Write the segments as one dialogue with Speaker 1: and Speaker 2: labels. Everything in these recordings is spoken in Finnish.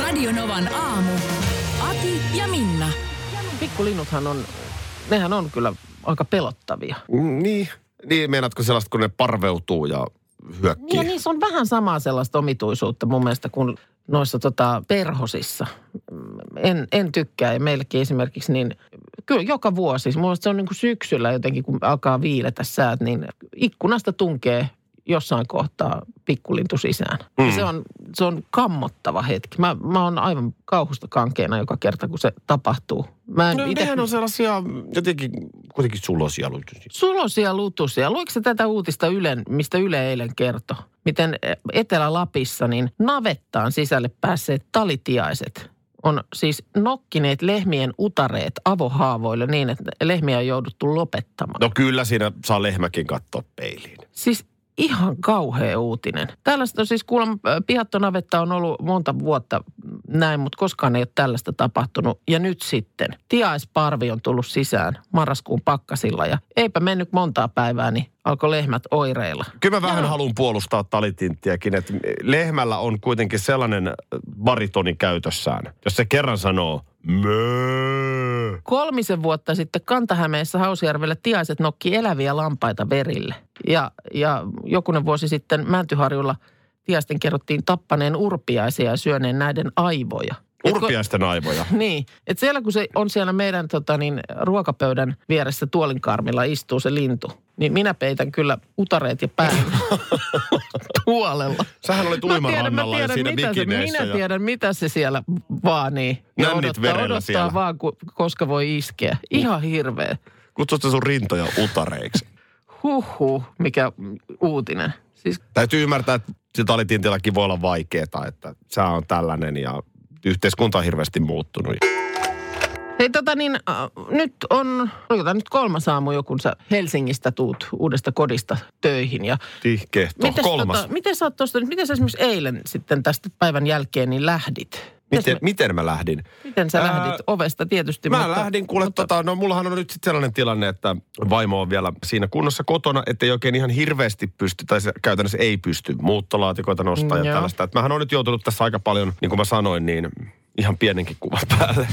Speaker 1: Radionovan aamu. Ati ja Minna.
Speaker 2: Pikkulinnuthan on, nehän on kyllä aika pelottavia.
Speaker 3: Mm, Niin. Niin, meinaatko sellaista, kun ne parveutuu ja hyökkii?
Speaker 2: Niin ja niissä on vähän samaa sellaista omituisuutta mun mielestä kuin noissa tota, perhosissa. Mm, En, en tykkää ja meilläkin esimerkiksi niin, kyllä joka vuosi, mun mielestä se on niin kuin syksyllä jotenkin, kun alkaa viiletä säät, niin ikkunasta tunkee jossain kohtaa pikkulintu sisään. Mm. Se, on, se on kammottava hetki. Mä, mä oon aivan kauhusta kankeena joka kerta, kun se tapahtuu. Mä en
Speaker 3: No,
Speaker 2: ite-
Speaker 3: nehän on sellaisia jotenkin kuitenkin sulosia lutusia.
Speaker 2: Sulosia lutusia. Luiko sä tätä uutista Ylen, mistä Yle eilen kertoi? Miten eh, Etelä-Lapissa niin navettaan sisälle päässeet talitiaiset on siis nokkineet lehmien utareet avohaavoille niin, että lehmiä on jouduttu lopettamaan.
Speaker 3: No kyllä siinä saa lehmäkin katsoa peiliin.
Speaker 2: Siis ihan kauhea uutinen. Tällaista on siis kuulemma, äh, pihattonavetta on ollut monta vuotta näin, mutta koskaan ei ole tällaista tapahtunut. Ja nyt sitten tiaisparvi on tullut sisään marraskuun pakkasilla ja eipä mennyt montaa päivää, niin alkoi lehmät oireilla.
Speaker 3: Kyllä mä vähän haluan puolustaa talitinttiäkin, että lehmällä on kuitenkin sellainen baritoni käytössään. Jos se kerran sanoo möö,
Speaker 2: Kolmisen vuotta sitten Kantahämeessä Hausjärvellä tiaiset nokki eläviä lampaita verille. Ja, ja jokunen vuosi sitten Mäntyharjulla tiaisten kerrottiin tappaneen urpiaisia ja syöneen näiden aivoja. Et kun-
Speaker 3: urpiaisten aivoja.
Speaker 2: Niin, että siellä kun se on siellä meidän tota, niin, ruokapöydän vieressä tuolinkarmilla istuu se lintu, niin minä peitän kyllä utareet ja pään tuolella.
Speaker 3: Sähän olit uimarannalla ja siinä
Speaker 2: mitä se,
Speaker 3: bikineissä.
Speaker 2: minä
Speaker 3: ja-
Speaker 2: tiedän, mitä se siellä vaanii. Ja
Speaker 3: Nännit
Speaker 2: odottaa,
Speaker 3: verellä
Speaker 2: odottaa
Speaker 3: siellä.
Speaker 2: vaan, ku, koska voi iskeä. Ihan hirveä.
Speaker 3: Kutsut sä sun rintoja utareiksi.
Speaker 2: Huhhuh, mikä uutinen. Siis
Speaker 3: Täytyy ymmärtää, että se talitintielläkin voi olla vaikeeta, että sä on tällainen ja yhteiskunta on hirveästi muuttunut.
Speaker 2: Hei tota niin, äh, nyt on, oliko nyt kolmas aamu joku, kun sä Helsingistä tuut uudesta kodista töihin ja
Speaker 3: Tihkehto.
Speaker 2: Mites
Speaker 3: Kolmas.
Speaker 2: Tota, miten sä oot tuosta, miten sä esimerkiksi eilen sitten tästä päivän jälkeen niin lähdit?
Speaker 3: miten,
Speaker 2: Mites-
Speaker 3: miten mä lähdin?
Speaker 2: miten sä
Speaker 3: ää,
Speaker 2: lähdit ovesta tietysti?
Speaker 3: Mä lähdin kuule, mutta... tota, no mullahan on nyt sit sellainen tilanne, että vaimo on vielä siinä kunnossa kotona, ettei oikein ihan hirveästi pysty, tai se käytännössä ei pysty muuttolaatikoita nostaa
Speaker 2: Mm,
Speaker 3: ja
Speaker 2: joo.
Speaker 3: tällaista. Et mähän on nyt joutunut tässä aika paljon, niin kuin mä sanoin, niin ihan pienenkin kuvan päälle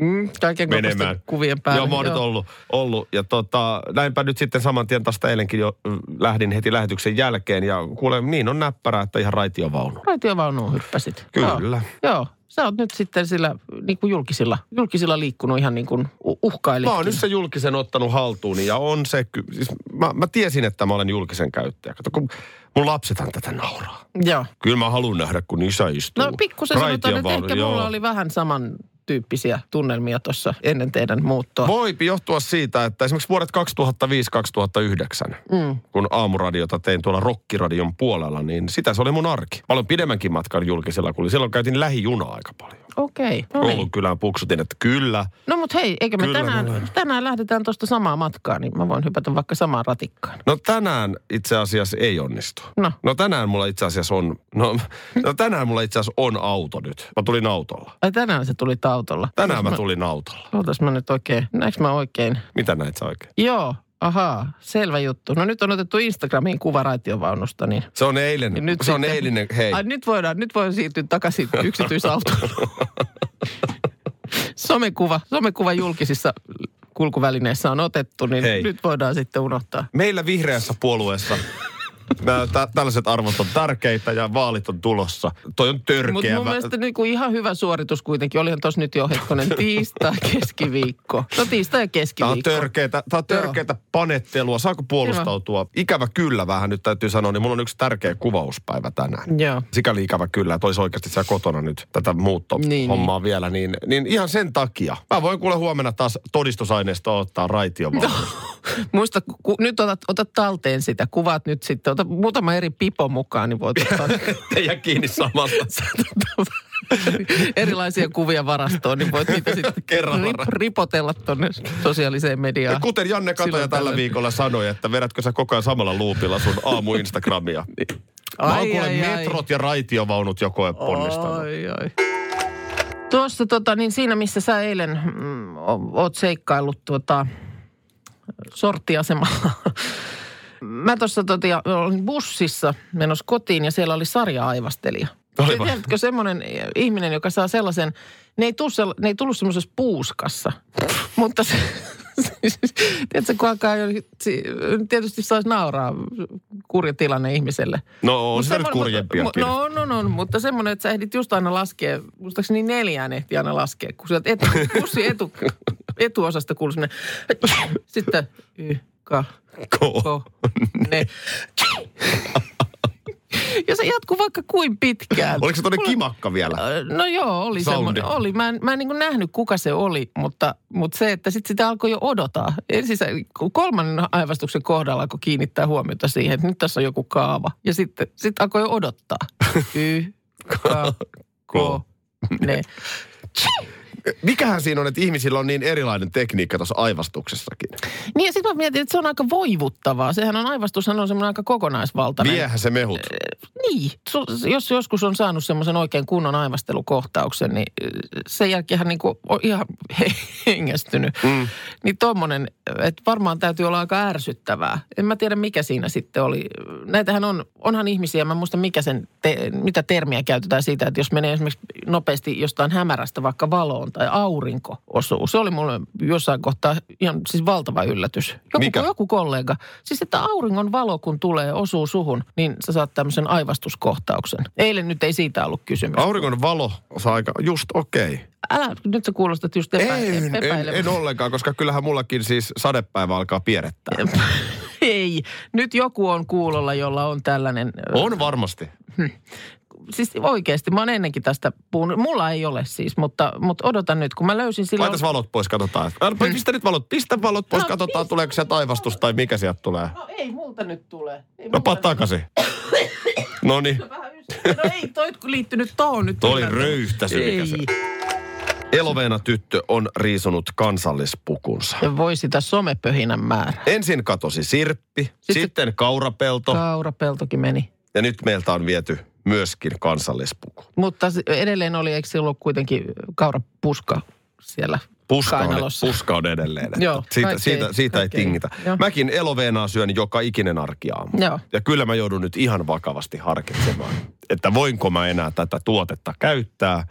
Speaker 2: Mm, kaiken
Speaker 3: menemään.
Speaker 2: kuvien päälle.
Speaker 3: Joo, mä oon nyt ollut. ollut. Ja tota, näinpä nyt sitten saman tien tästä eilenkin jo mm, lähdin heti lähetyksen jälkeen. Ja kuule, niin on näppärää, että ihan raitiovaunu.
Speaker 2: Raitiovaunuun hyppäsit.
Speaker 3: Kyllä.
Speaker 2: Joo. Joo. Sä oot nyt sitten sillä niin kuin julkisilla, julkisilla liikkunut ihan niin kuin u- uhkailitkin.
Speaker 3: Mä oon nyt se julkisen ottanut haltuuni ja on se, ky- siis mä, mä tiesin, että mä olen julkisen käyttäjä. Kato, kun mun lapsethan tätä nauraa.
Speaker 2: Joo.
Speaker 3: Kyllä mä haluan nähdä, kun isä istuu.
Speaker 2: No pikkusen sanotaan, että
Speaker 3: raitiovaunu-
Speaker 2: ehkä
Speaker 3: joo.
Speaker 2: mulla oli vähän samantyyppisiä tunnelmia tuossa ennen teidän muuttoa.
Speaker 3: Voi johtua siitä, että esimerkiksi vuodet 2005-2009, mm. kun aamuradiota tein tuolla Rokkiradion puolella, niin sitä se oli mun arki. Paljon pidemmänkin matkan julkisella, kun silloin käytin lähijunaa aika paljon.
Speaker 2: Okei. No niin.
Speaker 3: Oulun kylään puksutin, että kyllä.
Speaker 2: No mutta hei, eikö me
Speaker 3: Kyllä mulla
Speaker 2: tänään,
Speaker 3: on.
Speaker 2: tänään lähdetään tuosta samaa matkaa, niin mä voin hypätä vaikka samaan ratikkaan.
Speaker 3: No tänään itse asiassa ei onnistu.
Speaker 2: No.
Speaker 3: No tänään mulla itse asiassa on, no, no tänään mulla itse asiassa on auto nyt. Mä tulin autolla.
Speaker 2: Ai tänään se tuli autolla.
Speaker 3: Tänään mä tulin autolla.
Speaker 2: Ootas mä nyt oikein, näinkö mä oikein?
Speaker 3: Mitä näit sä oikein?
Speaker 2: Joo, ahaa, selvä juttu. No nyt on otettu Instagramiin kuva raitiovaunusta, niin...
Speaker 3: Se on eilen,
Speaker 2: niin
Speaker 3: nyt se on eilinen, hei.
Speaker 2: Ai, nyt voidaan, nyt voin siirtyä takaisin yksityisautoon. somekuva, somekuva julkisissa kulkuvälineissä on otettu, niin
Speaker 3: Hei.
Speaker 2: nyt voidaan sitten unohtaa.
Speaker 3: Meillä vihreässä puolueessa nää, tä, tällaiset arvot on tärkeitä ja vaalit on tulossa. Toi on
Speaker 2: Mutta
Speaker 3: törkeä.
Speaker 2: mun
Speaker 3: Mä-
Speaker 2: mielestä niinku ihan hyvä suoritus kuitenkin. Olihan tuossa nyt jo hetkonen tiistai, keskiviikko. No tiistai ja
Speaker 3: Tää on
Speaker 2: keskiviikko.
Speaker 3: törkeätä, tää on törkeätä panettelua. Saako puolustautua? Ikävä kyllä vähän nyt täytyy sanoa, niin mulla on yksi tärkeä kuvauspäivä tänään.
Speaker 2: Joo.
Speaker 3: Sikäli ikävä kyllä, että olisi oikeasti siellä kotona nyt tätä
Speaker 2: Niin,
Speaker 3: muuttohommaa niin, vielä, niin, niin ihan sen takia. Mä voin kuule huomenna taas todistusaineistoa ottaa raitiomaan.
Speaker 2: Muista, ku, nyt otat, otat talteen sitä, kuvat nyt sitten, ota ota muutama eri pipo mukaan, niin voit ottaa
Speaker 3: Te jää kiinni samasta.
Speaker 2: erilaisia kuvia varastoon, niin voit niitä sitten
Speaker 3: Kerran varaa.
Speaker 2: ripotella tuonne sosiaaliseen mediaan.
Speaker 3: Ja kuten Janne Kataja
Speaker 2: Silloin
Speaker 3: tällä
Speaker 2: tällöin.
Speaker 3: viikolla sanoi, että vedätkö sä koko ajan samalla luupilla sun aamu Instagramia.
Speaker 2: Niin.
Speaker 3: Mä oon
Speaker 2: Ai,
Speaker 3: kuule
Speaker 2: ai, ai.
Speaker 3: metrot ja raitiovaunut joko ponnistanut.
Speaker 2: Ai, ai. Tuossa tota, niin siinä missä sä eilen mm, o- oot seikkaillut tuota, sorttiasemalla. Mä tuossa tota, olin bussissa menossa kotiin ja siellä oli sarja-aivastelija.
Speaker 3: Olipa.
Speaker 2: Tiedätkö semmoinen ihminen, joka saa sellaisen, ne ei, tuu, sell- ne ei tullut semmoisessa puuskassa, mutta se, siis, tiedätkö, kun alkaa, jo- si- tietysti saisi nauraa kurja tilanne ihmiselle.
Speaker 3: No on
Speaker 2: Mut
Speaker 3: sitä nyt
Speaker 2: semmoinen-
Speaker 3: kurjempiakin.
Speaker 2: mu- No on, on, on, mutta semmoinen, että sä ehdit just aina laskea, muistaakseni neljään ehti aina laskea, kun sieltä etu, pussi etu, etuosasta kuuluu semmoinen, sitten y, ka,
Speaker 3: Ko-
Speaker 2: ko,
Speaker 3: niin.
Speaker 2: ne. Ja se jatkuu vaikka kuin pitkään.
Speaker 3: Oliko se toinen
Speaker 2: Mulla-
Speaker 3: kimakka vielä?
Speaker 2: No joo, oli
Speaker 3: Soundi.
Speaker 2: semmoinen. Oli. Mä en, mä en niin kuin nähnyt, kuka se oli, mutta, mutta se, että sitten sitä alkoi jo odottaa. Ensin se, kun kolmannen aivastuksen kohdalla alkoi kiinnittää huomiota siihen, että nyt tässä on joku kaava. Ja sitten sit alkoi jo odottaa. Y, ka, ko, ne.
Speaker 3: Mikähän siinä on, että ihmisillä on niin erilainen tekniikka tuossa aivastuksessakin?
Speaker 2: Niin ja sitten mä mietin, että se on aika voivuttavaa. Sehän on aivastushan on semmoinen aika kokonaisvaltainen.
Speaker 3: Viehän se mehut.
Speaker 2: Niin. Su- Jos joskus on saanut semmoisen oikein kunnon aivastelukohtauksen, niin ö, sen jälkeen hän niinku on ihan hengästynyt. Mm. Niin tommonen, että varmaan täytyy olla aika ärsyttävää. En mä tiedä, mikä siinä sitten oli. Näitähän on, onhan ihmisiä, mä en muista mikä sen, te, mitä termiä käytetään siitä, että jos menee esimerkiksi nopeasti jostain hämärästä vaikka valoon tai aurinko osuu. Se oli mulle jossain kohtaa ihan siis valtava yllätys. Joku,
Speaker 3: Mikä?
Speaker 2: joku kollega. Siis että auringon valo kun tulee, osuu suhun, niin sä saat tämmöisen aivastuskohtauksen. Eilen nyt ei siitä ollut kysymys.
Speaker 3: Auringon valo saa aika just okei. Okay.
Speaker 2: Älä, nyt sä kuulostat just epä,
Speaker 3: En, en, en ollenkaan, koska kyllähän mullakin siis sadepäivä alkaa pierettää.
Speaker 2: Ei, nyt joku on kuulolla, jolla on tällainen... ö,
Speaker 3: On varmasti.
Speaker 2: Siis oikeasti, mä oon ennenkin tästä puhunut. Mulla ei ole siis, mutta, mutta odotan nyt, kun mä löysin silloin... Niin.
Speaker 3: Laitas valot pois, katsotaan. Älä, Pistä nyt valot, pistä valot pois,
Speaker 2: No,
Speaker 3: katsotaan
Speaker 2: pistä
Speaker 3: tuleeko sieltä aivastus tai mikä sieltä tulee.
Speaker 2: No ei multa nyt tule. Ei
Speaker 3: No
Speaker 2: multa
Speaker 3: pat
Speaker 2: nyt-
Speaker 3: takaisin. No niin.
Speaker 2: Vähän ystävä- No ei, toi liittynyt tohon nyt.
Speaker 3: Toi oli
Speaker 2: yllättäen.
Speaker 3: röyhtäsy, mikä
Speaker 2: Ei.
Speaker 3: se- Eloveena tyttö on riisunut kansallispukunsa.
Speaker 2: Ja voi sitä somepöhinän määrää.
Speaker 3: Ensin katosi sirppi, sitten, sitten kaurapelto
Speaker 2: Kaurapeltokin meni.
Speaker 3: ja nyt meiltä on viety myöskin kansallispuku.
Speaker 2: Mutta se- edelleen oli, eikö se ollut kuitenkin kaurapuska siellä
Speaker 3: Puska on,
Speaker 2: kainalossa?
Speaker 3: puska on edelleen. että
Speaker 2: Joo,
Speaker 3: siitä,
Speaker 2: kaikki
Speaker 3: siitä,
Speaker 2: ei-
Speaker 3: siitä ei
Speaker 2: kaikki ei.
Speaker 3: tingitä.
Speaker 2: Joo.
Speaker 3: Mäkin eloveenaa syön joka ikinen arkiaamu.
Speaker 2: Joo.
Speaker 3: Ja kyllä mä joudun nyt ihan vakavasti harkitsemaan, että voinko mä enää tätä tuotetta käyttää,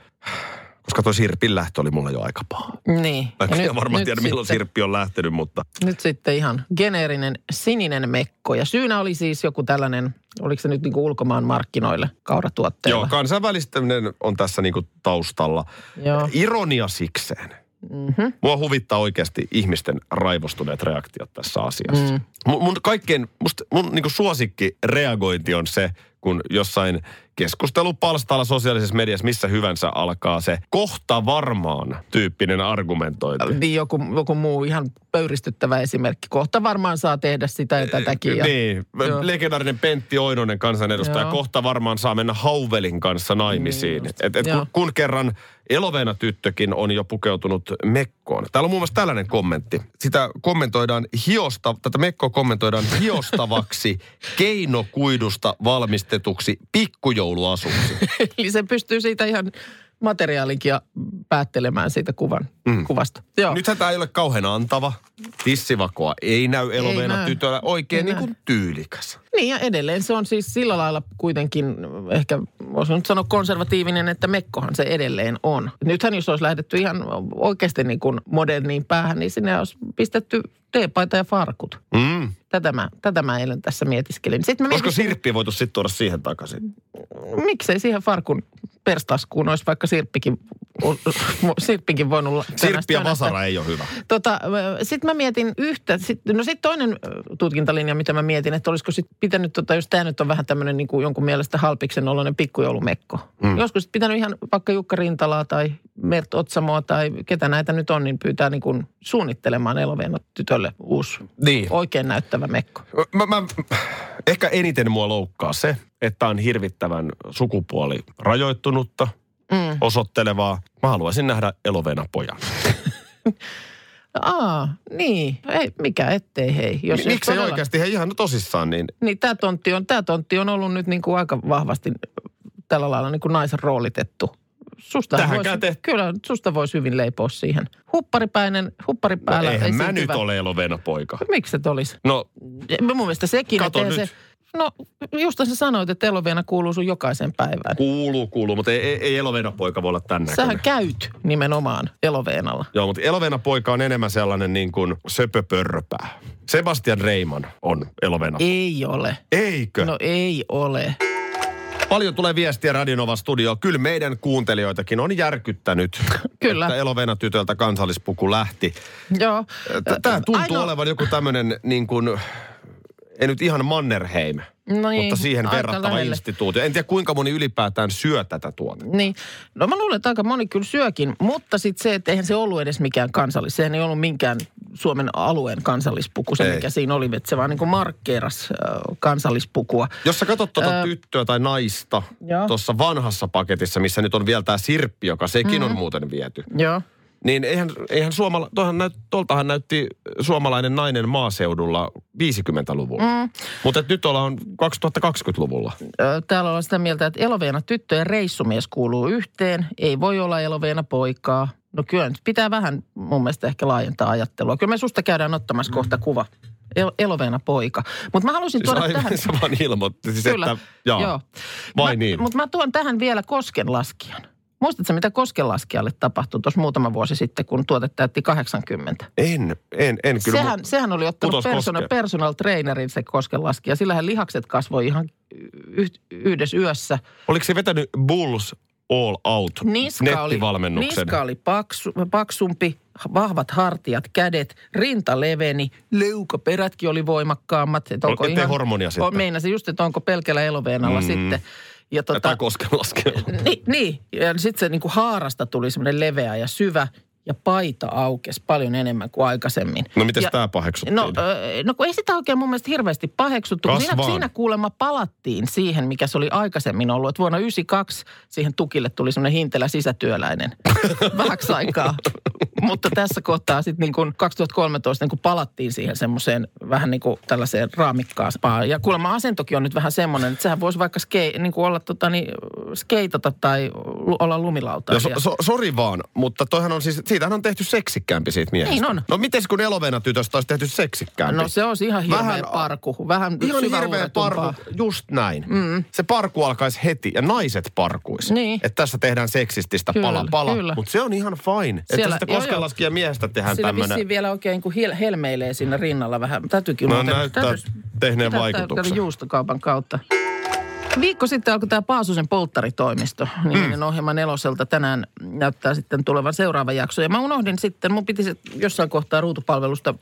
Speaker 3: koska toi sirpin lähtö oli mulla jo aika paha.
Speaker 2: Niin.
Speaker 3: Mä en
Speaker 2: Ja
Speaker 3: kyllä varmaan tiedä, milloin
Speaker 2: sitten,
Speaker 3: sirppi on lähtenyt, mutta
Speaker 2: Nyt sitten ihan geneerinen sininen mekko. Ja syynä oli siis joku tällainen, oliko se nyt niin kuin ulkomaan markkinoille kauratuotteilla?
Speaker 3: Joo, kansainvälistäminen on tässä niinku taustalla.
Speaker 2: Joo.
Speaker 3: Ironia sikseen.
Speaker 2: Mm-hmm.
Speaker 3: Mua huvittaa oikeasti ihmisten raivostuneet reaktiot tässä asiassa. Mm. Mun, mun kaikkein, musta, mun niinku suosikki reagointi on se, kun jossain keskustelupalstalla sosiaalisessa mediassa missä hyvänsä alkaa se kohta varmaan tyyppinen argumentointi.
Speaker 2: Niin joku, joku muu ihan pöyristyttävä esimerkki. Kohta varmaan saa tehdä sitä ja tätäkin. Ja...
Speaker 3: Eh, Niin,
Speaker 2: Joo.
Speaker 3: legendaarinen Pentti Oinonen kansanedustaja
Speaker 2: Joo.
Speaker 3: kohta varmaan saa mennä Hauvelin kanssa naimisiin.
Speaker 2: Niin
Speaker 3: Niin
Speaker 2: just.
Speaker 3: et, et kun,
Speaker 2: Joo.
Speaker 3: kun kerran eloveena tyttökin on jo pukeutunut mekkoon. Täällä on muun muassa tällainen kommentti. Sitä kommentoidaan hiosta, tätä mekkoa kommentoidaan hiostavaksi keinokuidusta valmistetuksi pikkujouluasuksi.
Speaker 2: Eli se pystyy siitä ihan materiaalinkin ja päättelemään siitä kuvan, mm. kuvasta. Joo.
Speaker 3: Nythän tämä ei ole kauhean antava. Tissivakoa ei näy eloveena
Speaker 2: näy.
Speaker 3: tytöllä. Oikein
Speaker 2: Ei
Speaker 3: niin kuin tyylikäs.
Speaker 2: Niin ja edelleen se on siis sillä lailla kuitenkin ehkä, voisi nyt sanoa konservatiivinen, että mekkohan se edelleen on. Nythän jos olisi lähdetty ihan oikeasti niin kuin moderniin päähän, niin sinne olisi pistetty teepaita ja farkut.
Speaker 3: Mm.
Speaker 2: Tätä mä, tätä mä eilen tässä mietiskelin. Sitten mä
Speaker 3: Olisiko
Speaker 2: mietin,
Speaker 3: sirppi voitu sitten tuoda siihen takaisin?
Speaker 2: miksei siihen farkun perstaskuun olisi vaikka sirppikin Sirppikin voinut... la-
Speaker 3: Sirppi ja
Speaker 2: tänästä-
Speaker 3: vasara ei ole hyvä.
Speaker 2: Tota, sitten mä mietin yhtä, sit, no sitten toinen ö, tutkintalinja, mitä mä mietin, että olisiko sitten pitänyt, tota, jos tämä nyt on vähän tämmöinen niin jonkun mielestä halpiksen oloinen pikkujoulumekko. Mm. Joskus sit pitänyt ihan vaikka Jukka Rintalaa tai Mert Otsamoa tai ketä näitä nyt on, niin pyytää niin kuin suunnittelemaan eloveena tytölle uusi
Speaker 3: Niin.
Speaker 2: oikein näyttävä mekko.
Speaker 3: Mä, mä, ehkä eniten mua loukkaa se, että on hirvittävän sukupuoli rajoittunutta, mm. osoittelevaa. Mä haluaisin nähdä elovena pojan.
Speaker 2: Aa, niin. Ei, mikä ettei hei. Jos,
Speaker 3: Jos
Speaker 2: jos
Speaker 3: Miksei
Speaker 2: todella-
Speaker 3: oikeasti? He ihan tosissaan niin.
Speaker 2: Niin tämä tontti on, tää tontti on ollut nyt niin kuin aika vahvasti tällä lailla niin kuin naisen roolitettu. Susta
Speaker 3: Tähänkään
Speaker 2: voisi,
Speaker 3: te-
Speaker 2: Kyllä, susta voisi hyvin leipoa siihen. Hupparipäinen,
Speaker 3: No,
Speaker 2: hupparipäällä
Speaker 3: eihän mä nyt
Speaker 2: esiintyvä.
Speaker 3: ole elovena poika.
Speaker 2: Miksi et olisi?
Speaker 3: No,
Speaker 2: Ja Mun mielestä sekin,
Speaker 3: Kato
Speaker 2: että
Speaker 3: nyt.
Speaker 2: se... No, just sä sanoit, että eloveena kuuluu sun jokaisen päivään.
Speaker 3: kuuluu, kuuluu, mutta ei, ei, ei elovena poika voi olla tämän näköinen.
Speaker 2: Sähän käyt nimenomaan eloveenalla.
Speaker 3: Joo, mutta Elovena poika on enemmän sellainen niin kuin söpöpörpää. Sebastian Reiman on Elovena.
Speaker 2: Ei ole.
Speaker 3: Eikö?
Speaker 2: No ei ole.
Speaker 3: Paljon tulee viestiä Radionova studioon. Kyllä meidän kuuntelijoitakin on järkyttänyt,
Speaker 2: Kyllä.
Speaker 3: että Elovena tytöltä kansallispuku lähti.
Speaker 2: Joo.
Speaker 3: Tämä tuntuu
Speaker 2: Ainoa-
Speaker 3: olevan joku tämmöinen niin kuin, ei nyt ihan Mannerheim,
Speaker 2: No niin,
Speaker 3: mutta siihen
Speaker 2: aika
Speaker 3: verrattava
Speaker 2: lähelle.
Speaker 3: instituutio. En tiedä kuinka moni ylipäätään syö tätä tuota. tuotetta.
Speaker 2: Niin. No mä luulen, että aika moni kyllä syökin, mutta sitten se, että eihän se ollut edes mikään kansallis. Sehän ei ollut minkään Suomen alueen kansallispuku, se
Speaker 3: Ei.
Speaker 2: mikä siinä oli, että se vaan niin markkeeras äh, kansallispukua.
Speaker 3: Jos sä katsot tuota
Speaker 2: Ö,
Speaker 3: tyttöä tai naista
Speaker 2: joo.
Speaker 3: tuossa vanhassa paketissa, missä nyt on vielä tämä sirppi, joka sekin
Speaker 2: Mhm.
Speaker 3: on muuten viety,
Speaker 2: Joo.
Speaker 3: niin eihän, eihän suomala, toihan näyt, toltahan näytti suomalainen nainen maaseudulla 50-luvulla. Mm. Mutta nyt ollaan 2020-luvulla.
Speaker 2: Ö, Täällä on sitä mieltä, että eloveena tyttö ja reissumies kuuluu yhteen. Ei voi olla eloveena poikaa. No kyllä nyt pitää vähän mun mielestä ehkä laajentaa ajattelua. Kyllä me susta käydään ottamassa kohta kuva. El- eloveena poika. Mutta mä halusin
Speaker 3: Mm. Siis
Speaker 2: tuoda tähän...
Speaker 3: aivan se vaan ilmoitti, siis
Speaker 2: Kyllä,
Speaker 3: että jaa,
Speaker 2: joo.
Speaker 3: joo. vai
Speaker 2: mä,
Speaker 3: niin?
Speaker 2: Mutta mä tuon tähän vielä koskenlaskijan. Muistatko, mitä koskenlaskijalle tapahtui tuossa muutama vuosi sitten, kun tuote täytti 80?
Speaker 3: En, en, en kyllä.
Speaker 2: sehän,
Speaker 3: mu-
Speaker 2: sehän oli ottanut
Speaker 3: putos
Speaker 2: persona,
Speaker 3: koskeen.
Speaker 2: personal trainerin se koskenlaskija. Sillähän lihakset kasvoi ihan y- yhdessä yössä.
Speaker 3: Oliko se vetänyt Bulls All Out
Speaker 2: Niska oli,
Speaker 3: nettivalmennuksen?
Speaker 2: niska oli paksu, paksumpi, vahvat hartiat, kädet, rinta leveni, leukaperätkin oli voimakkaammat. Että
Speaker 3: Ol-
Speaker 2: onko
Speaker 3: ettei hormonia sitten.
Speaker 2: Meinasin just, että onko pelkällä eloveenalla mm. sitten. Ja
Speaker 3: Tota... Tai koskenlaskella.
Speaker 2: Niin, niin. ja sitten se niinku haarasta tuli semmoinen leveä ja syvä ja paita aukesi paljon enemmän kuin aikaisemmin.
Speaker 3: No mites
Speaker 2: Ja-
Speaker 3: tämä paheksuttiin?
Speaker 2: No, öö, no kun ei sitä oikein mun mielestä hirveästi paheksuttu. kun
Speaker 3: Kas
Speaker 2: Siinä,
Speaker 3: vaan.
Speaker 2: siinä kuulemma palattiin siihen, mikä se oli aikaisemmin ollut. Että vuonna 92 siihen tukille tuli semmoinen hintelä sisätyöläinen. Vähäksi aikaa. Mutta tässä kohtaa sitten niin kuin 2013 niin kuin palattiin siihen semmoiseen vähän niin kuin tällaiseen raamikkaampaan. Ja kuulemma asentokin on nyt vähän semmoinen, että sehän voisi vaikka skei, niin kuin olla tota niin, skeitata tai lu- olla lumilauta.
Speaker 3: Ja so, so, sori vaan, mutta toihan on siis, siitähän on tehty seksikkäämpi siitä miehestä.
Speaker 2: Niin on.
Speaker 3: No mites kun elovena tytöstä olisi tehty seksikkäämpi?
Speaker 2: no se olisi ihan hirveä
Speaker 3: Vähän-
Speaker 2: parku. Vähän
Speaker 3: Ihan hirveä
Speaker 2: syväuretumpaa.
Speaker 3: parku, just näin. Mm. Se parku alkaisi heti ja naiset parkuis.
Speaker 2: Niin.
Speaker 3: Että tässä tehdään seksististä
Speaker 2: Kyllä,
Speaker 3: pala pala.
Speaker 2: kyllä.
Speaker 3: Mutta se on ihan fine. Että
Speaker 2: Siellä-
Speaker 3: sitä
Speaker 2: joo,
Speaker 3: koskenlaskija miehestä tehdään
Speaker 2: Sillä
Speaker 3: tämmöinen.
Speaker 2: vissiin vielä oikein kun hel- helmeilee siinä rinnalla vähän. Täytyykin
Speaker 3: No
Speaker 2: muuten-
Speaker 3: näyttää
Speaker 2: täytyis-
Speaker 3: tehneen
Speaker 2: pitää
Speaker 3: vaikutuksen.
Speaker 2: käydä juustokaupan kautta. Viikko sitten alkoi tämä Paasusen polttaritoimisto, niin mm. ohjelma neloselta. Tänään näyttää sitten tulevan seuraava jakso. Ja mä unohdin sitten, mun piti se jossain kohtaa ruutupalvelusta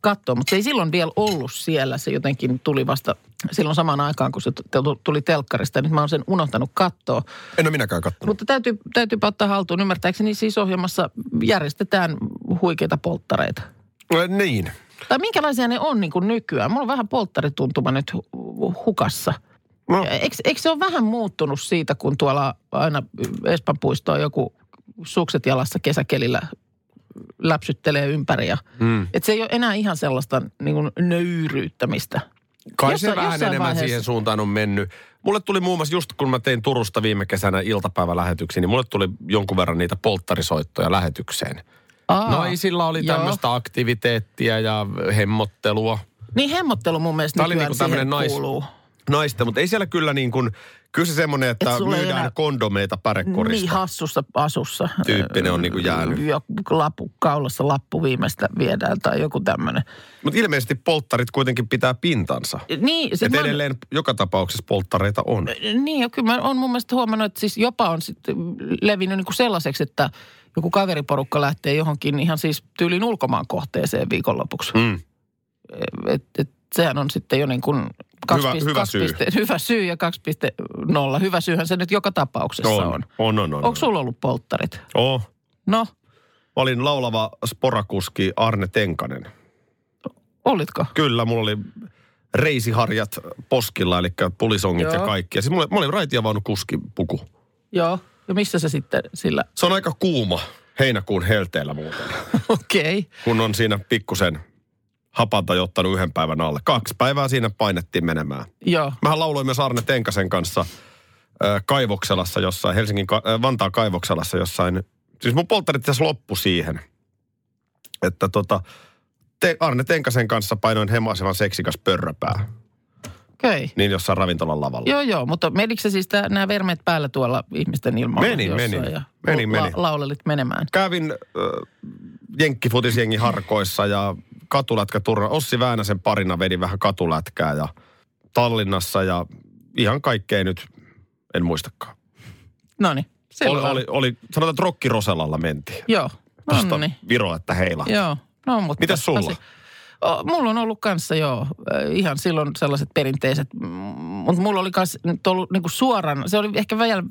Speaker 2: katsoa, mutta se ei silloin vielä ollut siellä. Se jotenkin tuli vasta silloin samaan aikaan, kun se t- tuli telkkarista. Nyt mä oon sen unohtanut katsoa.
Speaker 3: En ole minäkään kattonut.
Speaker 2: Mutta täytyy, täytyypä ottaa haltuun. Ymmärtääkseni siis ohjelmassa järjestetään huikeita polttareita.
Speaker 3: No, niin.
Speaker 2: Tai minkälaisia ne on niin kuin nykyään? Mulla on vähän polttarituntuma nyt hu- hu- hukassa.
Speaker 3: No,
Speaker 2: Eikö, eikö se ole vähän muuttunut siitä, kun tuolla aina Espan puistoon joku sukset jalassa kesäkelillä läpsyttelee ympäri? Ja, mm. Et se ei ole enää ihan sellaista niin kuin nöyryyttämistä.
Speaker 3: Kai
Speaker 2: Jossain-
Speaker 3: se vähän
Speaker 2: jossain
Speaker 3: enemmän
Speaker 2: vaiheessa.
Speaker 3: siihen suuntaan on mennyt. Mulle tuli muun muassa just kun mä tein Turusta viime kesänä iltapäivälähetyksiä, niin mulle tuli jonkun verran niitä polttarisoittoja lähetykseen.
Speaker 2: Aa,
Speaker 3: Naisilla No oli
Speaker 2: joo.
Speaker 3: tämmöistä aktiviteettia ja hemmottelua.
Speaker 2: Niin hemmottelu mun mielestä
Speaker 3: Tää oli
Speaker 2: nykyään
Speaker 3: niinku tämmönen
Speaker 2: siihen
Speaker 3: nais-
Speaker 2: kuuluu.
Speaker 3: naista, mutta ei siellä kyllä niin kuin, kyllä se semmoinen, että
Speaker 2: Et
Speaker 3: Et
Speaker 2: sulla ei
Speaker 3: myydään
Speaker 2: enää-
Speaker 3: enää... kondomeita pärekorista.
Speaker 2: Niin hassussa asussa.
Speaker 3: Tyyppinen on niinku jäänyt.
Speaker 2: Joku lappu, kaulassa lappu viimeistä viedään tai joku tämmöinen.
Speaker 3: Mutta ilmeisesti polttarit kuitenkin pitää pintansa.
Speaker 2: Niin, sit
Speaker 3: Et
Speaker 2: mä,
Speaker 3: edelleen joka tapauksessa polttareita on.
Speaker 2: niin ja kyllä mä oon mun mielestä huomannut, että siis jopa on sitten levinnyt niin kuin sellaiseksi, että joku kaveriporukka lähtee johonkin ihan siis tyylin ulkomaan kohteeseen viikonlopuksi.
Speaker 3: Mm.
Speaker 2: Et, et, sehän on sitten jo niin kuin
Speaker 3: Hyvä- hyvä syy.
Speaker 2: hyvä syy ja 2.0. Hyvä syyhän se nyt joka tapauksessa on. on.
Speaker 3: On, on, on. on
Speaker 2: Onko sulla ollut polttarit?
Speaker 3: Oh.
Speaker 2: No,
Speaker 3: Mä olin laulava sporakuski Arne Tenkanen.
Speaker 2: olitko?
Speaker 3: Kyllä, mulla oli reisiharjat poskilla, eli pulisongit
Speaker 2: Joo.
Speaker 3: Joo. ja kaikki. Ja siis mulla, mulla oli raitiavaunu kuskipuku.
Speaker 2: Joo. Ja missä se sitten sillä?
Speaker 3: Se on aika kuuma heinäkuun helteellä muuten,
Speaker 2: Okei. Okay.
Speaker 3: kun on siinä pikkusen hapanta jo ottanut yhden päivän alle. Kaksi päivää siinä painettiin menemään.
Speaker 2: Joo.
Speaker 3: Mähän lauloin myös Arne Tenkasen kanssa ö, Kaivokselassa jossain, Helsingin, ka- ö, Vantaan Kaivokselassa jossain. Siis mun polttarit tässä loppu siihen, että tota, te, Arne Tenkasen kanssa painoin hemaisevan seksikas pörröpää.
Speaker 2: Okei. Okay.
Speaker 3: Niin jossain ravintolan lavalla.
Speaker 2: Joo, joo, mutta menikö se siis tää, nämä vermeet päällä tuolla ihmisten ilmalla?
Speaker 3: Menin,
Speaker 2: jossain
Speaker 3: menin.
Speaker 2: Ja
Speaker 3: Menin,
Speaker 2: la-
Speaker 3: menin.
Speaker 2: Laulelit menemään.
Speaker 3: Kävin äh, jenkkifutisjengi harkoissa ja katulätkä turra. Ossi Väänäsen parina vedin vähän katulätkää ja Tallinnassa ja ihan kaikkea nyt en muistakaan.
Speaker 2: No niin.
Speaker 3: Oli, oli, oli, sanotaan, että Rokki Roselalla mentiin.
Speaker 2: Joo.
Speaker 3: Tuosta
Speaker 2: No niin.
Speaker 3: Viro, että heila.
Speaker 2: Joo. No, mutta
Speaker 3: Mitäs sulla?
Speaker 2: O, mulla on ollut kanssa joo, ö, ihan silloin sellaiset perinteiset, mutta mulla oli kans nyt ollut niinku suoran, se oli ehkä vielä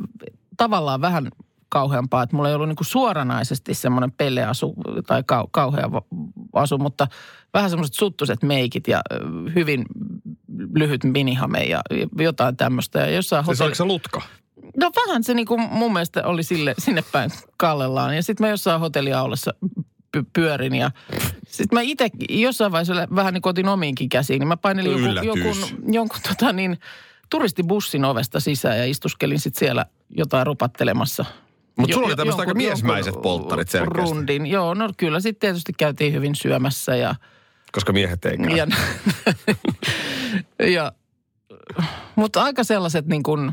Speaker 2: tavallaan vähän kauheampaa, että mulla ei ollut niinku suoranaisesti semmoinen pelleasu tai kau, kauhea va- asu, mutta vähän semmoiset suttuset meikit ja ö, hyvin lyhyt minihame ja jotain tämmöistä. Ja jossain
Speaker 3: Siis
Speaker 2: hotelli-
Speaker 3: oliko se lutka?
Speaker 2: No vähän se niin kuin mun mielestä oli sille, sinne päin kallellaan. Ja sitten mä jossain hotelliaulassa py- pyörin ja sitten mä itse jossain vaiheessa vähän niin kuin otin omiinkin käsiin. Niin mä painelin joku,
Speaker 3: Yllätys.
Speaker 2: jonkun, jonkun tota niin, turistibussin ovesta sisään ja istuskelin sitten siellä jotain rupattelemassa.
Speaker 3: Mut
Speaker 2: Jo-
Speaker 3: sulla oli
Speaker 2: jo-
Speaker 3: tämmöiset aika miesmäiset polttarit selkeästi.
Speaker 2: Rundin, joo. No kyllä sitten tietysti käytiin hyvin syömässä ja...
Speaker 3: Koska miehet ei käy.
Speaker 2: ja, ja mutta aika sellaiset niin kuin,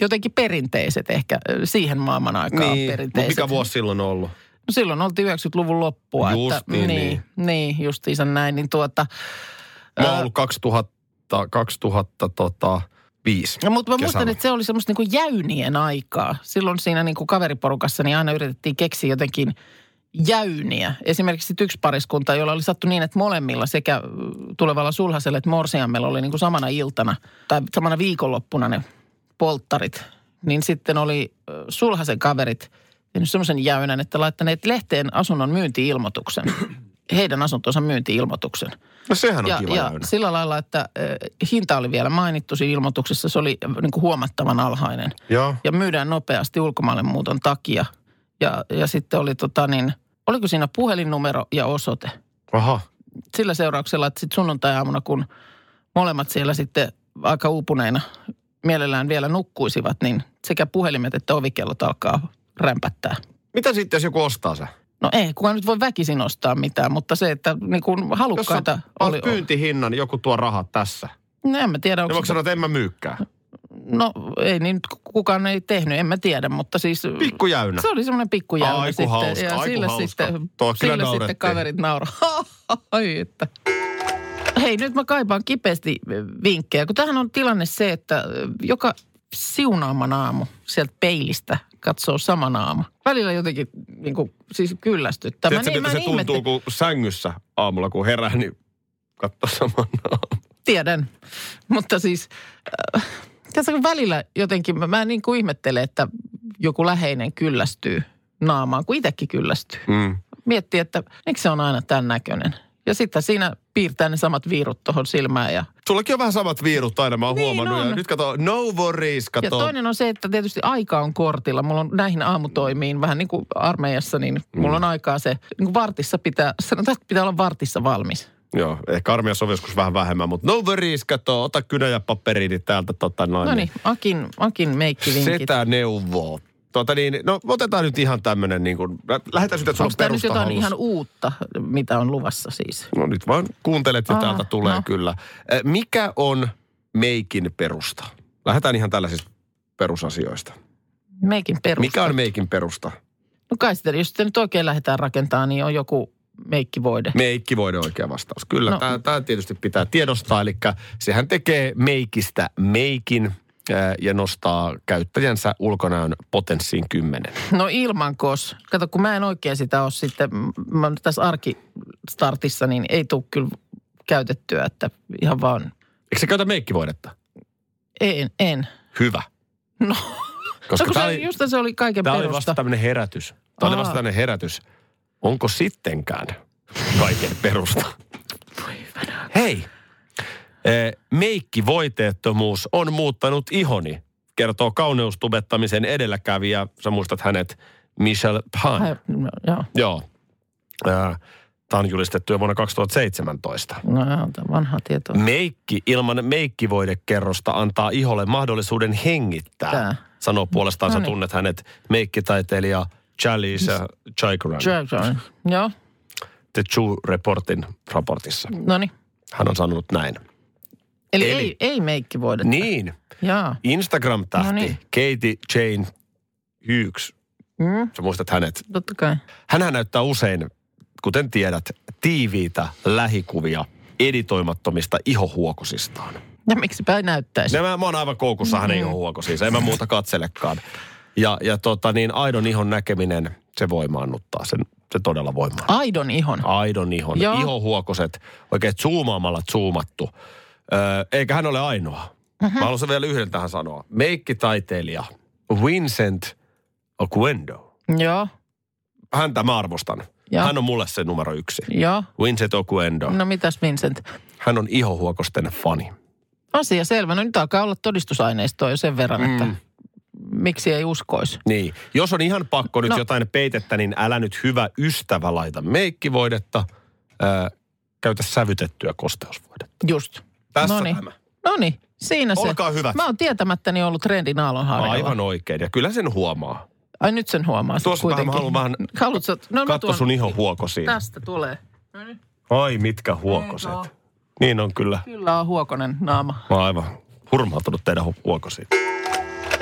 Speaker 2: jotenkin perinteiset ehkä ö, siihen maailman aikaan
Speaker 3: Niin, Mut
Speaker 2: perinteiset.
Speaker 3: mikä vuosi silloin on ollut?
Speaker 2: No silloin oltiin 90-luvun loppua.
Speaker 3: Just
Speaker 2: että,
Speaker 3: niin,
Speaker 2: niin. Niin, justiinsa näin. Niin tuota,
Speaker 3: Mä
Speaker 2: Ää-
Speaker 3: oon ollut tota, 2000, 2005.
Speaker 2: No, mutta mä muistan,
Speaker 3: kesällä.
Speaker 2: että se oli semmoista niinku jäynien aikaa. Silloin siinä niinku kaveriporukassa niin aina yritettiin keksiä jotenkin jäyniä. Esimerkiksi sit yksi pariskunta, jolla oli sattu niin, että molemmilla sekä ö, tulevalla sulhasella että morsiammella oli niinku samana iltana tai samana viikonloppuna ne polttarit. Niin sitten oli ö, sulhasen kaverit tehnyt semmoisen jäynän, että laittaneet lehteen asunnon myyntiilmoituksen. Heidän asuntonsa myyntiilmoituksen
Speaker 3: No sehän on
Speaker 2: ja,
Speaker 3: kiva
Speaker 2: ja
Speaker 3: jäynä.
Speaker 2: sillä lailla, että ö, hinta oli vielä mainittu siinä ilmoituksessa, se oli ö, niin kuin huomattavan alhainen.
Speaker 3: Joo.
Speaker 2: Ja myydään nopeasti ulkomaille muuton takia. Ja, ja sitten oli tota niin, oliko siinä puhelinnumero ja osoite?
Speaker 3: Aha.
Speaker 2: Sillä seurauksella, että sitten sunnuntai-aamuna, kun molemmat siellä sitten aika uupuneina mielellään vielä nukkuisivat, niin sekä puhelimet että ovikellot alkaa rämpättää.
Speaker 3: Mitä sitten, jos joku ostaa sen?
Speaker 2: No ei, kukaan nyt voi väkisin ostaa mitään, mutta se, että niin kuin
Speaker 3: Jos sä
Speaker 2: halukkaita
Speaker 3: oli,
Speaker 2: oli...
Speaker 3: pyyntihinnan, joku tuo rahat tässä.
Speaker 2: No en mä tiedä,
Speaker 3: Ja
Speaker 2: onko
Speaker 3: voiko sanoa, että en mä myykään.
Speaker 2: No ei niin, nyt kukaan ei tehnyt, en mä tiedä, mutta siis...
Speaker 3: Pikku jäynä.
Speaker 2: Se oli semmoinen pikkujäynä
Speaker 3: Aiku
Speaker 2: sitten.
Speaker 3: hauska,
Speaker 2: ja
Speaker 3: aiku
Speaker 2: sille
Speaker 3: hauska.
Speaker 2: sitten,
Speaker 3: Tuo kyllä
Speaker 2: sille sitten
Speaker 3: naurettiin.
Speaker 2: kaverit nauraa. Ai että. Hei, nyt mä kaipaan kipeästi vinkkejä, kun tähän on tilanne se, että joka siunaaman aamu sieltä peilistä katsoo saman aamu. Välillä jotenkin niin kuin, siis kyllästyttää.
Speaker 3: Tiedätkö,
Speaker 2: niin-
Speaker 3: miltä se
Speaker 2: ihmettelen-
Speaker 3: tuntuu, kun sängyssä aamulla, kun herää, niin katso saman aamun.
Speaker 2: Tiedän, mutta siis äh, tässä kun välillä jotenkin, mä, mä niin kuin ihmettelen, että joku läheinen kyllästyy naamaan, kun itsekin kyllästyy.
Speaker 3: Mm.
Speaker 2: Miettii, että miksi se on aina tämän näköinen. Ja sitten siinä piirtää ne samat viirut tuohon silmään. Ja,
Speaker 3: Sullakin on vähän samat viirut aina, mä oon
Speaker 2: Niin
Speaker 3: huomannut.
Speaker 2: on.
Speaker 3: Ja nyt kato, no worries, kato.
Speaker 2: ja toinen on se, että tietysti aika on kortilla. Mulla on näihin aamutoimiin, vähän niin kuin armeijassa, niin mulla on aikaa se. Niin kuin vartissa pitää, sanotaan, että pitää olla vartissa valmis.
Speaker 3: Joo, ehkä armeijassa on joskus vähän vähemmän, mutta no worries, kato, ota kynä ja paperi, niin täältä tota noin.
Speaker 2: No niin, Akin, Akin meikkivinkit.
Speaker 3: Sitä neuvoo. Tuota niin, no otetaan nyt ihan tämmönen niin kuin, lähetään nyt,
Speaker 2: Onko
Speaker 3: että sulla on
Speaker 2: tämä nyt
Speaker 3: perusta
Speaker 2: jotain
Speaker 3: hallussa.
Speaker 2: ihan uutta, mitä on luvassa siis?
Speaker 3: No nyt vaan kuuntelet ja
Speaker 2: Aa,
Speaker 3: täältä tulee
Speaker 2: no.
Speaker 3: kyllä. Ö, Mikä on meikin perusta? Lähdetään ihan tällaisista perusasioista.
Speaker 2: Meikin perusta.
Speaker 3: Mikä on meikin perusta?
Speaker 2: No kai sitä, jos sitä nyt oikein lähdetään rakentamaan, niin on joku meikkivoide.
Speaker 3: Meikki voi olla oikea vastaus. Kyllä,
Speaker 2: No.
Speaker 3: no. tämä tietysti pitää tiedostaa. Eli sehän tekee meikistä meikin ää, ja nostaa käyttäjänsä ulkonäön potenssiin kymmenen.
Speaker 2: No ilman kos. Kato, kun mä en oikein sitä ole sitten, mä oon tässä arkistartissa, niin ei tule kyllä käytettyä, että ihan vaan,
Speaker 3: Eikö se käytä meikkivoidetta?
Speaker 2: en, en.
Speaker 3: Hyvä.
Speaker 2: No,
Speaker 3: Koska
Speaker 2: no,
Speaker 3: tämä
Speaker 2: se,
Speaker 3: oli,
Speaker 2: just se oli kaiken
Speaker 3: tää oli
Speaker 2: perusta.
Speaker 3: vasta tämmöinen herätys. Tämä oli
Speaker 2: Aa.
Speaker 3: vasta tämmöinen herätys. Onko sittenkään kaiken perusta? Hei, Eh, meikkivoiteettomuus on muuttanut ihoni, kertoo kauneustubettamisen edelläkävijä. Sä muistat hänet, Michelle Pan.
Speaker 2: Ai, no, joo,
Speaker 3: Joo. Tämä on julistettu jo vuonna 2017.
Speaker 2: no, joo, tää on vanhaa tietoa.
Speaker 3: Mm. Meikki ilman meikkivoidekerrosta antaa iholle mahdollisuuden hengittää,
Speaker 2: Tää. No niin.
Speaker 3: sanoo puolestaan. Sä
Speaker 2: Noniin.
Speaker 3: tunnet hänet meikkitaiteilija Chalice Chaikaran
Speaker 2: Dragon. Joo,
Speaker 3: The True Reportin raportissa.
Speaker 2: no niin.
Speaker 3: Hän on sanonut näin.
Speaker 2: Eli,
Speaker 3: Eli-
Speaker 2: ei, ei meikkivoidetta.
Speaker 3: Niin,
Speaker 2: Jaa. No
Speaker 3: Instagram-tähti
Speaker 2: niin.
Speaker 3: Katie Jane Hughes.
Speaker 2: Mm,
Speaker 3: Sä muistat hänet.
Speaker 2: totta kai.
Speaker 3: Hänhän näyttää usein, kuten tiedät, tiiviitä lähikuvia editoimattomista ihohuokosistaan.
Speaker 2: Ja No miksipä ei näyttäisi.
Speaker 3: Nämä, mä oon aivan koukussa hänen mm-hmm. ihohuokosiinsa, en mä muuta katselekaan. Ja, ja tota, niin aidon ihon näkeminen, se voimaannuttaa, sen, se todella voimaan.
Speaker 2: Aidon ihon.
Speaker 3: Aidon ihon,
Speaker 2: Joo.
Speaker 3: Joo. ihohuokoset, oikein zoomaamalla zoomattu. Öö, eikä hän ole ainoa. Mm-hmm. Mä haluaisin vielä yhden tähän sanoa. Meikkitaiteilija Vincent Oquendo.
Speaker 2: Joo,
Speaker 3: Häntä mä arvostan.
Speaker 2: Joo.
Speaker 3: Joo. Mm. Hän on mulle se numero yksi.
Speaker 2: joo.
Speaker 3: Vincent Oquendo.
Speaker 2: No mitäs Vincent?
Speaker 3: Hän on ihohuokosten fani.
Speaker 2: Asia selvä. No nyt alkaa olla todistusaineistoa jo sen verran, mm. että miksi ei uskoisi.
Speaker 3: Niin. Jos on ihan pakko nyt
Speaker 2: No.
Speaker 3: no. jotain peitettä, niin älä nyt hyvä ystävä laita meikkivoidetta. Ää, käytä sävytettyä kosteusvoidetta.
Speaker 2: Just.
Speaker 3: Tässä
Speaker 2: Noniin.
Speaker 3: tämä.
Speaker 2: Noniin, siinä se.
Speaker 3: Olkaa hyvät.
Speaker 2: Mä oon tietämättäni ollut trendin aallonharjalla.
Speaker 3: Aivan oikein. Ja kyllä sen huomaa.
Speaker 2: Ai nyt sen huomaa sitten
Speaker 3: Tuossa vähän,
Speaker 2: kuitenkin.
Speaker 3: mä haluan vähän
Speaker 2: Haluatko, no, mä
Speaker 3: katso
Speaker 2: tuon-
Speaker 3: sun ihon huokosia.
Speaker 2: Tästä tulee. No niin,
Speaker 3: Ai mitkä huokoset.
Speaker 2: Ei oo.
Speaker 3: Niin on kyllä.
Speaker 2: kyllä on huokonen naama.
Speaker 3: Mä oon aivan hurmautunut teidän hu- huokosiin.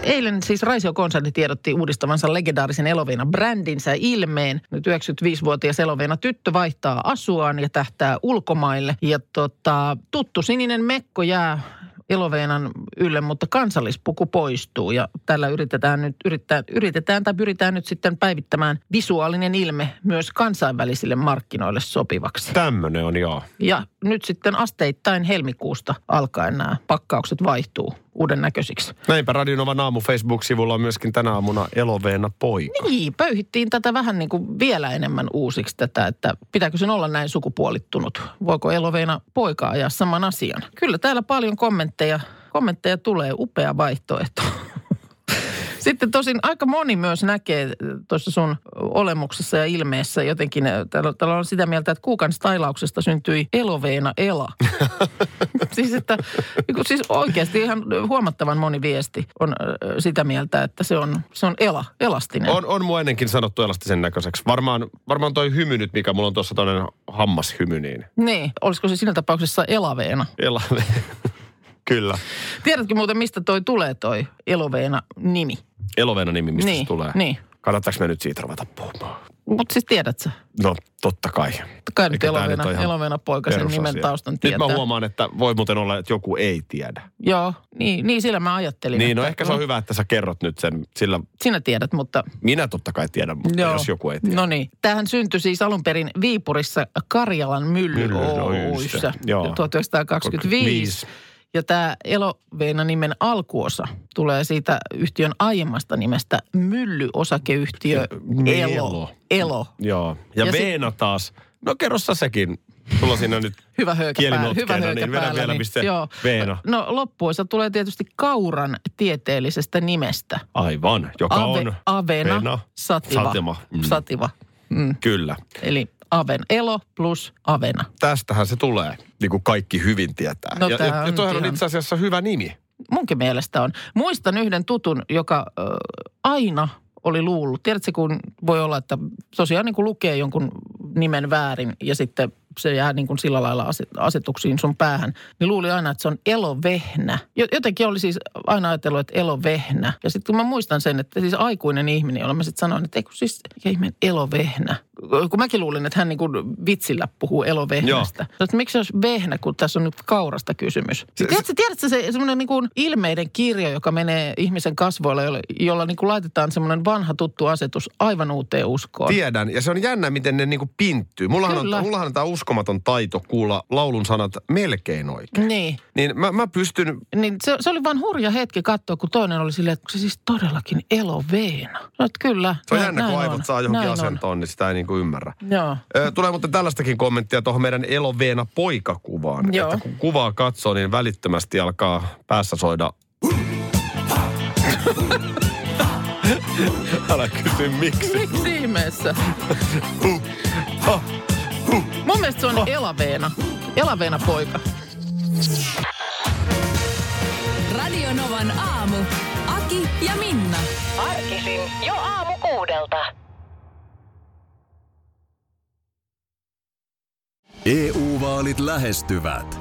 Speaker 2: Eilen siis Raisio-konserni tiedotti uudistavansa legendaarisen Eloveena-brändinsä ilmeen. Nyt 95-vuotias Eloveena-tyttö vaihtaa asuaan ja tähtää ulkomaille. Ja tota, tuttu sininen mekko jää Eloveenan ylle, mutta kansallispuku poistuu ja tällä yritetään nyt, yritetään, yritetään tai pyritään nyt sitten päivittämään visuaalinen ilme myös kansainvälisille markkinoille sopivaksi.
Speaker 3: Tämmönen on joo.
Speaker 2: Ja nyt sitten asteittain helmikuusta alkaen nämä pakkaukset vaihtuu uuden näköisiksi.
Speaker 3: Näinpä Radionovan aamu Facebook-sivulla on myöskin tänä aamuna Eloveena poika.
Speaker 2: Niin, pöyhittiin tätä vähän niin kuin vielä enemmän uusiksi tätä, että pitääkö sen olla näin sukupuolittunut? Voiko Eloveena poika ajaa saman asian? Kyllä täällä paljon kommentteja, kommentteja tulee, upea vaihtoehto. Sitten tosin aika moni myös näkee tuossa sun olemuksessa ja ilmeessä jotenkin, äh, täällä, täällä on sitä mieltä, että kuukan stailauksesta syntyi Eloveena Ela. siis, että, niin kuin siis oikeasti ihan huomattavan moni viesti on äh, sitä mieltä, että se on, se on Ela, elastinen.
Speaker 3: On, on mua ennenkin sanottu elastisen näköiseksi. Varmaan, varmaan toi hymy nyt, mikä mulla on tuossa toinen hammashymy, niin
Speaker 2: Niin, olisiko se siinä tapauksessa Elaveena?
Speaker 3: Elave. Kyllä.
Speaker 2: Tiedätkö muuten, mistä toi tulee toi Eloveena-nimi?
Speaker 3: Eloveena nimi, mistä
Speaker 2: Niin,
Speaker 3: se tulee.
Speaker 2: niin.
Speaker 3: Kannattaako me nyt siitä ruveta puhumaan?
Speaker 2: Mutta siis tiedät sä,
Speaker 3: No, totta kai.
Speaker 2: Totta kai nyt
Speaker 3: Eikä tää
Speaker 2: Eloveena,
Speaker 3: nyt ole ihan
Speaker 2: Eloveena poika sen
Speaker 3: perusasia.
Speaker 2: nimen taustan
Speaker 3: Nyt
Speaker 2: tietää.
Speaker 3: mä huomaan, että voi muuten olla, että joku ei tiedä.
Speaker 2: Joo, niin, niin sillä mä ajattelin.
Speaker 3: Niin,
Speaker 2: että-
Speaker 3: no ehkä se on hyvä, että sä kerrot nyt sen, sillä
Speaker 2: Sinä tiedät, mutta
Speaker 3: minä totta kai tiedän, mutta jos joku ei tiedä.
Speaker 2: No niin. Tämähän syntyi siis alun perin Viipurissa Karjalan mylly
Speaker 3: Mylly
Speaker 2: Oyssä
Speaker 3: Oyssä, joo.
Speaker 2: 1925. Ja tämä Eloveena-nimen alkuosa tulee siitä yhtiön aiemmasta nimestä Mylly-osakeyhtiö Elo.
Speaker 3: Elo.
Speaker 2: Elo.
Speaker 3: Joo. Ja,
Speaker 2: Ja
Speaker 3: ja
Speaker 2: sit-
Speaker 3: Veena taas. No kerro sä sekin. Sulla siinä nyt
Speaker 2: Hyvä höökä
Speaker 3: Kieli
Speaker 2: päällä. Hyvä
Speaker 3: notkeena,
Speaker 2: höökä
Speaker 3: niin vedä
Speaker 2: päällä,
Speaker 3: vielä, mistä
Speaker 2: joo.
Speaker 3: Veena.
Speaker 2: No loppuosa tulee tietysti kauran tieteellisestä nimestä.
Speaker 3: aivan, joka
Speaker 2: Ave,
Speaker 3: on
Speaker 2: avena,
Speaker 3: Veena.
Speaker 2: sativa.
Speaker 3: Satima. Mm.
Speaker 2: sativa. Mm.
Speaker 3: Kyllä.
Speaker 2: Eli aven elo plus avena.
Speaker 3: Tästähän se tulee, niin kuin kaikki hyvin tietää.
Speaker 2: No
Speaker 3: ja,
Speaker 2: tää
Speaker 3: ja, ja
Speaker 2: on
Speaker 3: toihan
Speaker 2: ihan-
Speaker 3: on itse asiassa hyvä nimi.
Speaker 2: Munkin mielestä on. Muistan yhden tutun, joka ö, aina oli luullut. Tiedätkö, kun voi olla, että tosiaan niin kuin lukee jonkun nimen väärin ja sitten se jää niin kuin sillä lailla ase- asetuksiin sun päähän, niin luuli aina, että se on elovehnä. Jo- Jotenkin oli siis aina ajatellut, että elovehnä. Ja sitten kun mä muistan sen, että siis aikuinen ihminen, jolla mä sitten sanoin, että ei kun siis mikä ihmeen elovehnä. Kun mäkin luulin, että hän niin kuin vitsillä puhuu elovehnästä. Joo. Että miksi se olisi vehnä, kun tässä on nyt kaurasta kysymys.
Speaker 3: Se-
Speaker 2: Se, tiedätkö, tiedätkö se semmoinen niin kuin ilmeiden kirja, joka menee ihmisen kasvoilla, jolla, jolla niin kuin laitetaan semmoinen vanha tuttu asetus aivan uuteen uskoon.
Speaker 3: Tiedän, ja se on jännä, miten ne niinku pinttyy. Mullahan on,
Speaker 2: Kyllä.
Speaker 3: mullahan on tämä uskomaton taito kuulla laulun sanat melkein oikein.
Speaker 2: niin.
Speaker 3: Niin mä, mä pystyn,
Speaker 2: Niin se, se oli vain hurja hetki katsoa, kun toinen oli silleen, että onko se siis todellakin eloveena. No, että kyllä.
Speaker 3: se on
Speaker 2: näin-
Speaker 3: jännä, kun
Speaker 2: näin
Speaker 3: aivot
Speaker 2: on,
Speaker 3: saa johonkin
Speaker 2: näin on.
Speaker 3: asentoon, niin sitä ei niinku ymmärrä.
Speaker 2: Joo.
Speaker 3: Ö, Tulee muuten tällaistakin kommenttia tuohon meidän eloveena poikakuvaan.
Speaker 2: Joo.
Speaker 3: Että kun kuvaa katsoo, niin välittömästi alkaa päässä soida. Älä kysy miksi.
Speaker 2: Miksi ihmeessä? Mun mielestä se on elaveena. Elaveena poika.
Speaker 1: Radio Novan aamu. Aki ja Minna.
Speaker 4: Arkisin jo aamu kuudelta.
Speaker 5: EU-vaalit E lähestyvät.